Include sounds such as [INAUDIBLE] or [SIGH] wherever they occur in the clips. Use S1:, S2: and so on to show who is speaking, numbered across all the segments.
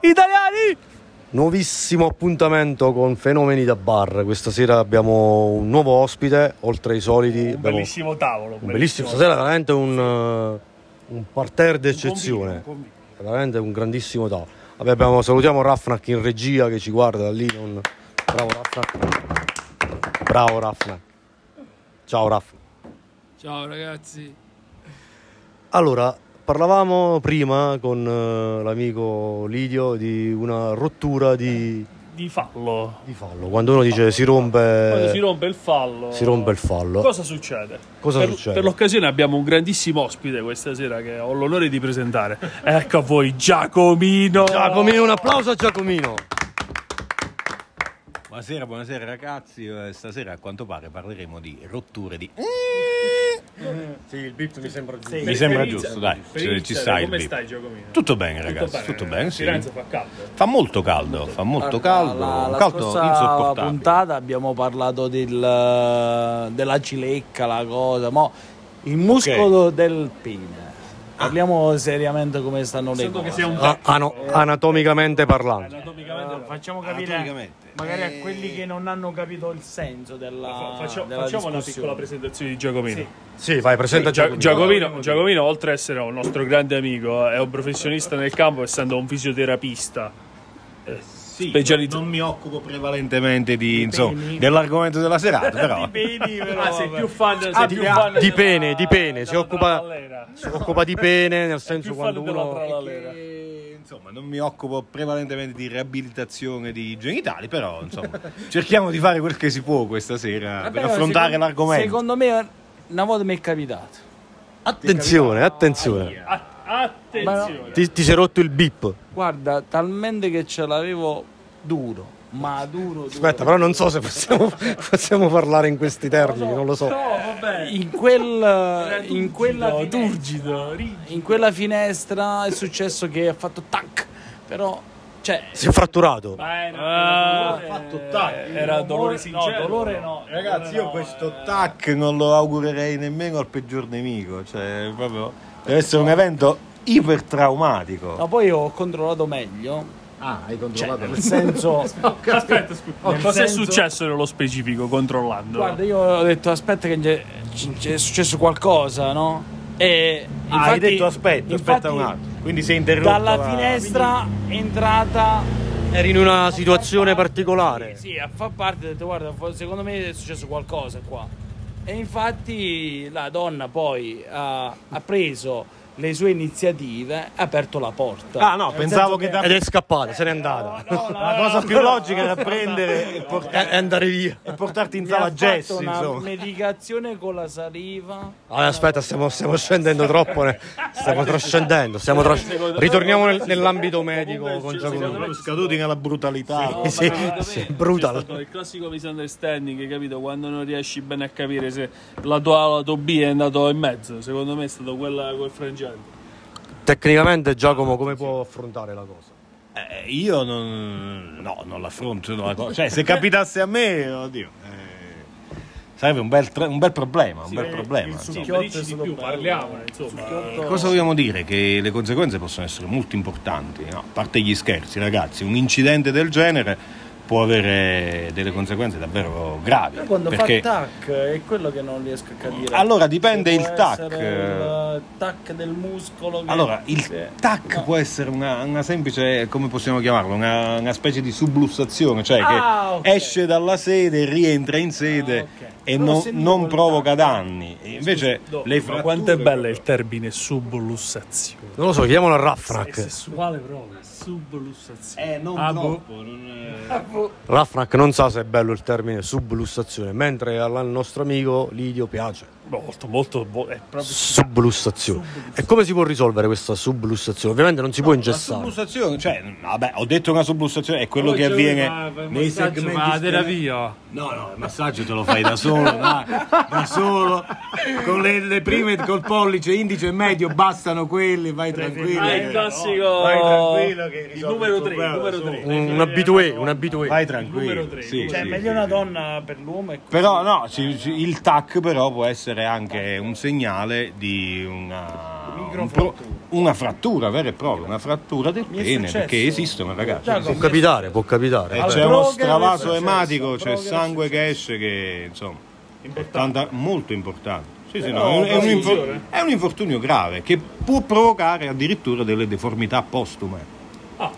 S1: italiani!
S2: Nuovissimo appuntamento con Fenomeni da Bar. Questa sera abbiamo un nuovo ospite, oltre ai soliti.
S1: Un
S2: abbiamo
S1: bellissimo tavolo.
S2: un bellissimo, stasera veramente un, eh, un parterre d'eccezione.
S1: un convivio.
S2: veramente un grandissimo tavolo. Vabbè, abbiamo- salutiamo Raffnac in regia che ci guarda da lì. non- Bravo Raffnac. Bravo Raffnac. Ciao Raffnac.
S3: Ciao ragazzi,
S2: Allora, parlavamo prima con eh, l'amico Lidio di una rottura di,
S1: Di fallo.
S2: di fallo. Quando uno dice si
S4: Eh,
S2: rompe...
S1: Quando si rompe il fallo.
S2: Si rompe il fallo.
S1: Cosa succede?
S2: Cosa
S1: per,
S2: succede?
S1: Per l'occasione abbiamo un grandissimo ospite questa sera che ho l'onore di presentare. Ecco a voi Giacomino.
S2: Giacomino, un applauso a Giacomino.
S4: Buonasera, buonasera ragazzi, Eh, stasera a quanto pare parleremo di rotture di...
S2: Sì, il bip mi sembra giusto.
S4: Mi sembra giusto, dai, ci-
S1: Ci
S4: ci stai
S1: Come
S4: il beat.
S1: stai Giacomino?
S4: Tutto bene ragazzi, tutto bene, sì.
S1: Firenze eh. fa caldo.
S4: Fa molto caldo, fa molto
S5: Guarda,
S4: caldo,
S5: Ah, La,
S4: un
S5: la
S4: caldo
S5: scorsa
S4: insopportabile.
S5: puntata abbiamo parlato del- della cilecca, la cosa, mo il muscolo del pene. Parliamo seriamente come stanno le
S1: Sento che
S5: cose.
S1: sei un
S2: Ah, ah, no, anatomicamente parlando.
S1: anatomicamente
S5: Facciamo
S4: capire
S5: magari a quelli che non hanno capito il senso della,
S1: Eh. Fa- faccio- facciamo una piccola presentazione di Giacomino.
S2: Sì, vai, presenta
S1: Gia-
S2: Giacomino.
S1: Giacomino, Giacomino, oltre ad essere un nostro grande amico, è un professionista nel campo, essendo un fisioterapista.
S4: Sì,
S1: specializza-
S4: non mi occupo prevalentemente di, insomma, dell'argomento della serata, però...
S1: Ah, sei più fan, sei
S2: di-
S1: più fan
S2: di
S1: della-
S2: pene, di pene,
S1: della
S2: si occupa-
S1: trallallera.
S2: Si occupa di pene, nel
S1: più
S2: senso
S1: fan
S2: quando
S1: della
S2: uno...
S1: trallallera.
S4: Eh, Insomma, non mi occupo prevalentemente di riabilitazione di genitali, però insomma, cerchiamo di fare quel che si può questa sera per affrontare l'argomento.
S5: Secondo me una volta mi è capitato.
S2: Attenzione, attenzione.
S1: A- attenzione.
S2: Ti, ti sei rotto il bip.
S5: Guarda, talmente che ce l'avevo duro, ma duro, duro.
S2: Aspetta, però non so se possiamo, [LAUGHS] possiamo parlare in questi termini, non lo so.
S5: in, quel, in quella finestra-
S1: turgido, rigido.
S5: in quella finestra è successo che ha fatto tac, però cioè
S2: Si è fratturato.
S1: Eh, Ah,
S4: fatto tac.
S1: Era dolore
S4: certo.
S1: sincero. No, dolore no.
S4: Ragazzi, io questo tac non lo augurerei nemmeno al peggior nemico. Cioè, proprio deve essere un evento ipertraumatico.
S5: ma poi ho controllato meglio.
S4: Ah, hai
S5: Cioè, nel senso,
S4: [LAUGHS]
S1: Aspetta, scusa.
S5: Nel
S1: Oh, Cosa è
S5: senso-
S1: successo nello specifico controllando?
S5: guarda, io ho detto aspetta che c'è, c'è- è successo qualcosa, no? E infatti-
S4: Ah, hai detto aspetta, aspetta
S5: infatti
S4: un attimo. Quindi sei interrotto.
S5: Dalla
S4: la-
S5: finestra è entrata
S2: Eri in una situazione particolare.
S5: Sì, a far parte ho detto guarda, fo- secondo me è successo qualcosa qua. E infatti la donna poi ha, ha preso le sue iniziative, ha aperto la porta.
S4: Ah, no, pensavo che da-
S2: Ed è scappata, se n'è andata.
S4: la cosa più logica era
S5: [LAUGHS]
S4: prendere e,
S2: E-
S4: porta-
S2: E andare via.
S4: e portarti in
S5: Mi ha
S4: sala
S5: fatto
S4: jazz.
S5: una
S4: Insomma.
S5: medicazione con la saliva.
S2: Allora, Ah, aspetta, stiamo, stiamo scendendo troppo. ne- Stiamo trascendendo. Stiamo tras- Ritorniamo nel- nell'ambito medico con Giacomo.
S4: Proprio Scaduti nella brutalità.
S2: Sì, sì, sì,
S1: C'è
S2: brutal.
S1: stato il classico misunderstanding, hai capito? Quando non riesci bene a capire se la tua A o la tua B è andato in mezzo. Secondo me è stato quella quel frangente.
S2: Tecnicamente Giacomo come può affrontare la cosa?
S4: Eh, io non, no, non l'affronto. non la co- cioè, se capitasse a me, oddio, eh, sarebbe un bel, tra- un bel problema. Un
S5: eh,
S4: bel problema insomma.
S1: Sì, ma dici di più, parliamone, insomma.
S4: Cosa vogliamo dire? Che le conseguenze possono essere molto importanti. no? A parte gli scherzi, ragazzi, un incidente del genere può avere delle conseguenze davvero gravi.
S5: Quando
S4: Perché
S5: fa tac è quello che non riesco a capire.
S4: allora dipende
S5: Può
S4: il tac.
S5: essere Il eh, tac del muscolo. che-
S4: Allora,
S5: Sì.
S4: il tac può essere una, una semplice, come possiamo chiamarlo, una, una specie di sublussazione, cioè
S5: Ah,
S4: che
S5: ok.
S4: esce dalla sede, rientra in sede
S5: Ah, ok.
S4: e
S5: Però
S4: non,
S5: sentivo
S4: non
S5: quel
S4: provoca danni. E invece
S1: No,
S4: le
S1: ma
S4: fratture...
S1: quanto è bello il termine sublussazione.
S2: Non lo so, chiamiamolo a
S1: È
S2: Raffnac.
S1: sessuale proprio. Sublussazione.
S4: Eh, non
S1: Ah, boh.
S4: troppo, non è-
S2: Raffnac non sa se è bello il termine sublussazione, mentre al nostro amico Lidio piace.
S1: Eh, Molto, molto. bo- è proprio
S2: Sublussazione. E come si può risolvere questa sublussazione? Ovviamente non si può
S4: La
S2: ingessare.
S4: sublussazione, cioè, vabbè, ho detto una sublussazione, è quello che avviene nei segmenti... sterili. No, no, il massaggio te lo fai da solo, da, da solo, con le, le prime col pollice, indice e medio, bastano quelli, vai tranquillo.
S1: Ah, il
S4: che-
S1: classico.
S4: Eh, Vai tranquillo che
S1: il
S4: risolvi
S1: numero
S4: il
S1: 3, il
S4: problema,
S1: numero
S4: insomma.
S1: 3.
S2: Un abitué, un abitué.
S4: Vai tranquillo.
S1: Numero tre,
S4: sì,
S5: Cioè,
S4: sì,
S5: meglio
S4: sì,
S5: una
S4: sì.
S5: donna per l'uomo e
S4: Però no, ci- ci- il tac però può essere anche un segnale di una un pro- una frattura vera e propria, una frattura del
S5: è
S4: pene,
S5: successo.
S4: perché esistono ragazzi.
S5: Già,
S4: esistono.
S2: Può capitare, può capitare.
S4: Eh,
S5: Al
S4: c'è uno
S5: Brogher è
S4: stravaso
S5: successo,
S4: ematico,
S5: al
S4: c'è
S5: Brogher è
S4: sangue che esce che insomma è tanta- molto importante. Sì, sì, no,
S1: Però
S4: è, un, è un
S1: sì,
S4: infor-
S1: signore.
S4: è un infortunio grave che può provocare addirittura delle deformità postume.
S1: Ah.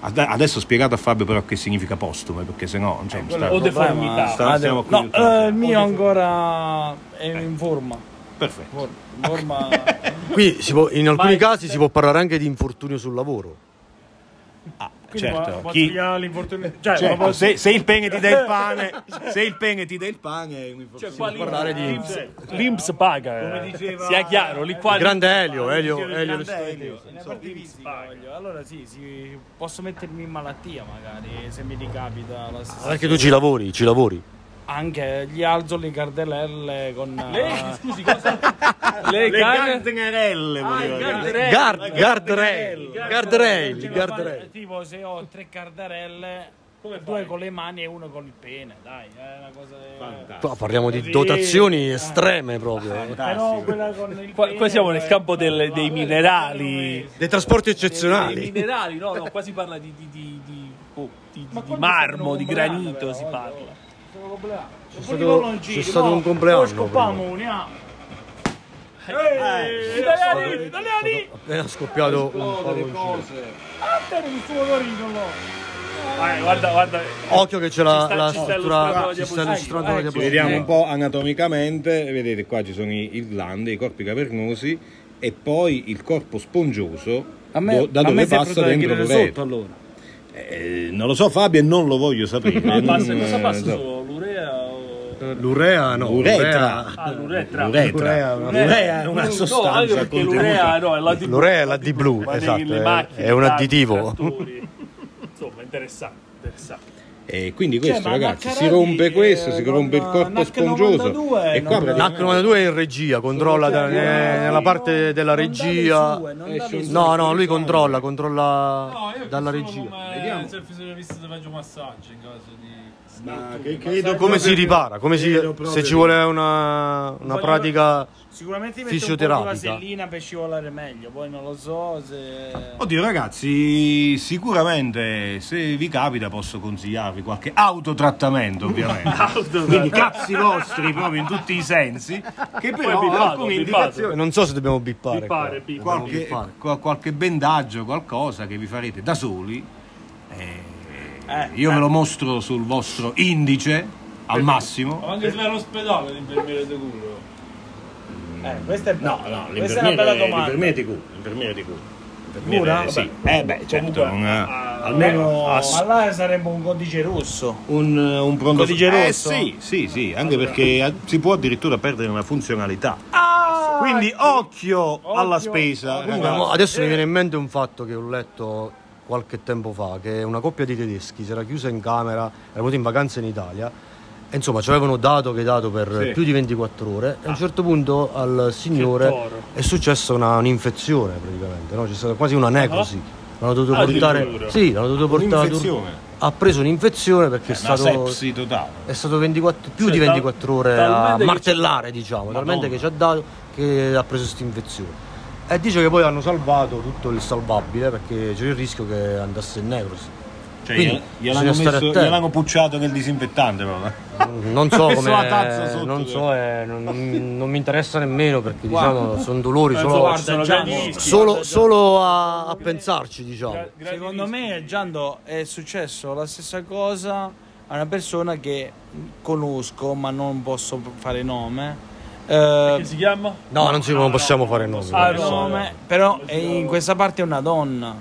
S4: Ad- Adesso ho spiegato a Fabio però che significa postume, perché sennò insomma, sta-
S1: o deformità.
S4: sta- stiamo qui
S5: No,
S4: tutto il
S5: eh, il mio ancora è in forma.
S4: Perfetto.
S5: For- [LAUGHS] forma-
S2: Qui si può- in alcuni
S1: Vai.
S2: casi si può parlare anche di infortunio sul lavoro.
S4: Certo,
S6: può
S4: chi-
S6: svegliare l'infortunio. Cioè,
S4: Cioè,
S6: ma può-
S4: se, se il pene ti dà il pane, se il pene ti dà il pane è un infortunio.
S1: parlare di
S6: L'Inps paga. eh.
S4: Come diceva-
S6: Sia chiaro, lì
S5: Eh,
S6: qua.
S2: Grande Elio, Elio, Elio,
S4: Grande
S2: Elio-
S4: Elio, insomma.
S5: Allora sì, sì, posso mettermi in malattia magari se mi ricapita la stessa-
S2: Ah, Perché tu ci lavori, ci lavori.
S5: Anche gli alzo le cartellelle con
S6: Ah,
S5: eh, [LAUGHS]
S1: Lei, scusi, [LAUGHS] cosa?
S6: Le
S4: Le
S6: cane-
S4: gardnerelle voleva dire.
S2: Guard, guardrail, guardrail,
S5: Cioè,
S2: guardrail.
S5: Tipo se ho tre cardarelle,
S1: Come fai?
S5: due con le mani e uno con il pene, dai, è una cosa
S2: Qua parliamo di dotazioni estreme proprio. eh.
S5: Però quella con il
S6: Qua,
S5: pene
S6: qua siamo nel
S5: è-
S6: campo delle- dei minerali.
S2: Dei trasporti
S1: Dei
S2: eccezionali.
S1: minerali, no, no, qua si parla di, di, di, di- oh, di-
S5: Ma
S1: di
S5: quando
S1: marmo, di
S5: sono comprati,
S1: granito
S5: però,
S1: si
S5: oggi,
S1: parla.
S5: Sono compleanno. C'è
S2: stato- c'è stato un compleanno
S5: Poi scoppamo, uniamo. Ehi, italiani, italiani!
S2: Appena scoppiato un palloncino.
S5: Attento il suo dorino, no.
S6: Eh, guarda, guarda.
S2: Occhio che c'è la,
S1: sta-
S2: la
S1: ci sta illustrando
S2: struttura.
S1: la
S2: Ci sta illustrando la
S4: Ci
S2: diapositiva.
S4: vediamo un po' anatomicamente, vedete qua ci sono i, il glande, i corpi cavernosi e poi il corpo spongioso do- da dove passa dentro l'uretra.
S6: allora.
S4: Eh, non lo so Fabio e non lo voglio sapere.
S1: Ma passa,
S4: non-
S1: cosa passa
S4: so.
S1: solo? L'urea o...
S2: L'urea no.
S4: L'uretra.
S1: Ah, l'uretra.
S4: L'uretra.
S2: L'urea.
S4: L'urea è
S1: No,
S4: una
S1: anche
S4: sostanza
S1: perché
S4: contenuta.
S1: l'urea no, è la di-
S2: L'urea è la di blu,
S1: ma
S2: esatto,
S1: nelle
S2: è-
S1: macchine,
S2: è un
S1: tanti
S2: additivo. [LAUGHS]
S1: trattori. Insomma, interessante, interessante.
S4: E Eh, quindi
S1: Cioè,
S4: questo
S5: ma
S4: ragazzi, si
S5: Naccarelli,
S4: rompe questo,
S5: eh,
S4: si rompe il
S5: con,
S4: corpo
S5: eh,
S4: spongioso.
S5: 92
S4: e qua
S5: non-
S4: praticamente-
S2: NAC 92 è in regia, controlla da- ne- nella parte della
S5: Non date
S2: regia.
S5: sue, non date sue.
S2: No, no, lui controlla, controlla dalla regia.
S1: Vediamo. Se il fisionomista ti faccio un massaggio in caso di...
S4: Ma che- credo
S2: Come si
S4: proprio-
S2: ripara? Come si-
S4: credo
S2: se
S4: proprio
S2: ci vuole una, una pratica.
S5: Sicuramente mi metto un po' di
S2: Fisioterapica.
S5: vasellina per scivolare meglio, poi non lo so se...
S4: Oddio ragazzi, sicuramente se vi capita posso consigliarvi qualche autotrattamento
S1: [LAUGHS]
S4: ovviamente. [LAUGHS] Quindi cazzi vostri proprio in tutti i sensi, che però
S1: Poi bippato,
S4: alcune
S1: bippato.
S4: indicazioni,
S2: Non so se dobbiamo bippare.
S1: Bippare,
S2: qua.
S1: bippare.
S2: Dobbiamo
S4: qualche,
S2: bippare.
S4: qua- qualche bendaggio, qualcosa che vi farete da soli. eh,
S5: Eh,
S4: io ve lo mostro sul vostro indice al massimo.
S1: anche se vai all'ospedale l'infermiere di culo.
S5: Eh, questa è no, questa è una bella domanda.
S4: di culo, l'infermiere di culo.
S5: Cura?
S4: sì. Eh beh, certo,
S1: Comunque,
S4: non-
S1: ah,
S4: almeno
S5: Ma
S4: ass-
S5: là sarebbe un codice rosso.
S4: un, un pronto
S5: Codice
S4: eh,
S5: rosso?
S4: sì, sì, sì, anche perché eh, si può addirittura perdere una funzionalità. Quindi occhio, alla spesa.
S2: Comunque, eh,
S4: ragazzi.
S2: mo adesso mi viene in mente un fatto che ho letto qualche tempo fa, che una coppia di tedeschi si era chiusa in camera, era venuta in vacanza in Italia, e insomma ci avevano dato che dato per
S4: Sì.
S2: più di 24 ore, e a un certo punto al signore è successa una- un'infezione praticamente, Ah, no? c'è stata quasi una necrosi. L'hanno dovuto portare, sì, l'hanno dovuto portare
S4: Un'infezione.
S2: ha preso un'infezione perché Eh, è
S4: Una
S2: stato,
S4: sepsi totale.
S2: è stato 24 più
S1: Cioè,
S2: di
S1: tal-
S2: 24 ore a
S1: talmente che
S2: martellare, diciamo, talmente che ci ha dato che ha preso questa infezione. E dice che poi hanno salvato tutto il salvabile perché c'era il rischio che andasse in necrosi.
S4: Cioè,
S2: Quindi,
S4: gliel-
S2: bisogna
S4: gliel'hanno,
S2: stare
S4: messo-
S2: attenti.
S4: gliel'hanno pucciato nel disinfettante eh. proprio.
S1: [LAUGHS]
S2: Non so
S4: Messo la tazza
S2: come
S4: sotto,
S2: non
S4: cioè.
S2: so, eh, non, non- non mi interessa nemmeno perché diciamo sono dolori
S5: Oh,
S2: solo,
S1: guarda, sono
S5: Gian,
S1: grandi rischi.
S2: solo- solo a, a pensarci, diciamo.
S5: Secondo me, Giando, è successo la stessa cosa a una persona che conosco, ma non posso fare nome. Eh,
S1: Che si chiama?
S2: No, non, si, non possiamo fare nomi.
S1: Ah, no.
S5: nome, però è in questa parte è una donna.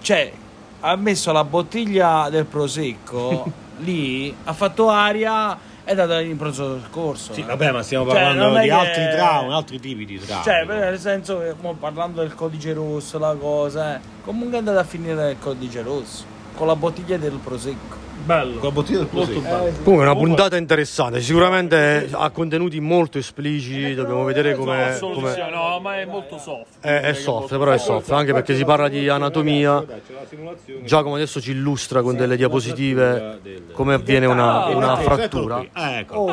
S5: Cioè, ha messo la bottiglia del
S4: [LAUGHS]
S5: prosecco lì, ha fatto aria e è andata in pronto soccorso.
S4: Sì,
S5: eh.
S4: vabbè, ma stiamo
S5: Cioè,
S4: parlando
S5: non è
S4: di
S5: che-
S4: altri traumi, altri tipi di traumi.
S5: Cioè, però, nel senso che mo, parlando del codice rosso, la cosa, eh, comunque è andata a finire nel codice rosso con la bottiglia del prosecco.
S1: bello.
S4: Con la bottiglia del prosecco.
S2: Comunque, una puntata interessante. Sicuramente ha contenuti molto espliciti. Dobbiamo vedere come. come-
S1: Soluzione, Eh, no, ma è molto soft.
S4: Eh,
S2: È, è soft, però è soft, anche perché si parla di anatomia. Giacomo adesso ci illustra con delle diapositive come avviene una, una frattura.
S4: Ah, ecco.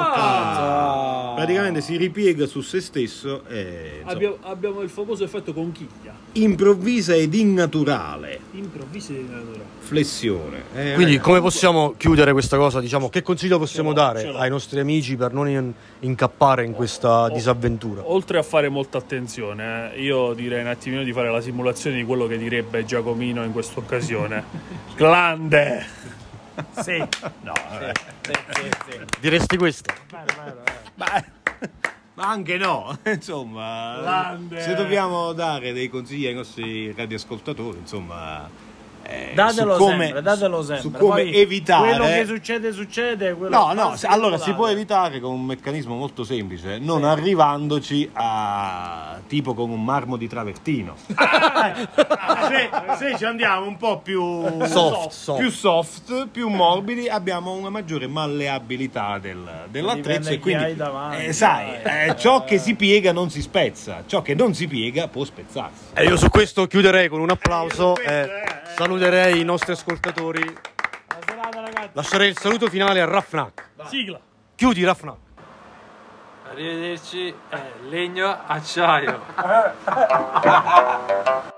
S4: Praticamente si ripiega su se stesso e insomma,
S6: Abbiamo, abbiamo il famoso effetto conchiglia,
S4: improvvisa ed innaturale
S6: improvvisi
S1: eh,
S6: di natura.
S4: flessione. Eh,
S2: Quindi
S4: ragazzi,
S2: come possiamo chiudere questa cosa? Diciamo, che consiglio possiamo dare ai nostri amici per non in- incappare in questa disavventura?
S1: Oltre a fare molta attenzione, eh, io direi un attimino di fare la simulazione di quello che direbbe Giacomino in questa
S4: [LAUGHS]
S1: occasione. Grande!
S5: Sì.
S2: Diresti questo?
S4: Ma anche no, [LAUGHS] insomma, se dobbiamo dare dei consigli ai nostri radioascoltatori, insomma, eh,
S5: Datelo
S4: su come-
S5: sempre, datelo sempre.
S4: su come
S5: Poi
S4: evitare eh.
S5: Quello che succede, succede. quello
S4: No,
S5: che
S4: no,
S5: passa,
S4: allora
S5: quello
S4: si
S5: là.
S4: può evitare con un meccanismo molto semplice, non arrivandoci a tipo con un marmo di
S5: [LAUGHS]
S4: travertino. se, se ci andiamo un po' più
S2: Soft, soft.
S4: più, soft, più morbidi, abbiamo una maggiore malleabilità del- dell'attrezzo
S5: Dipende
S4: e quindi
S5: chi hai davanti,
S4: eh, sai, eh, ciò che si piega non si spezza, ciò che non si piega può spezzarsi.
S2: E io su questo chiuderei con un applauso e saluterei i nostri ascoltatori.
S5: Buona serata, ragazzi.
S2: Lascerei il saluto finale a Rafnak.
S1: Sigla!
S2: Chiudi Rafnak.
S7: Arrivederci, eh, legno, acciaio.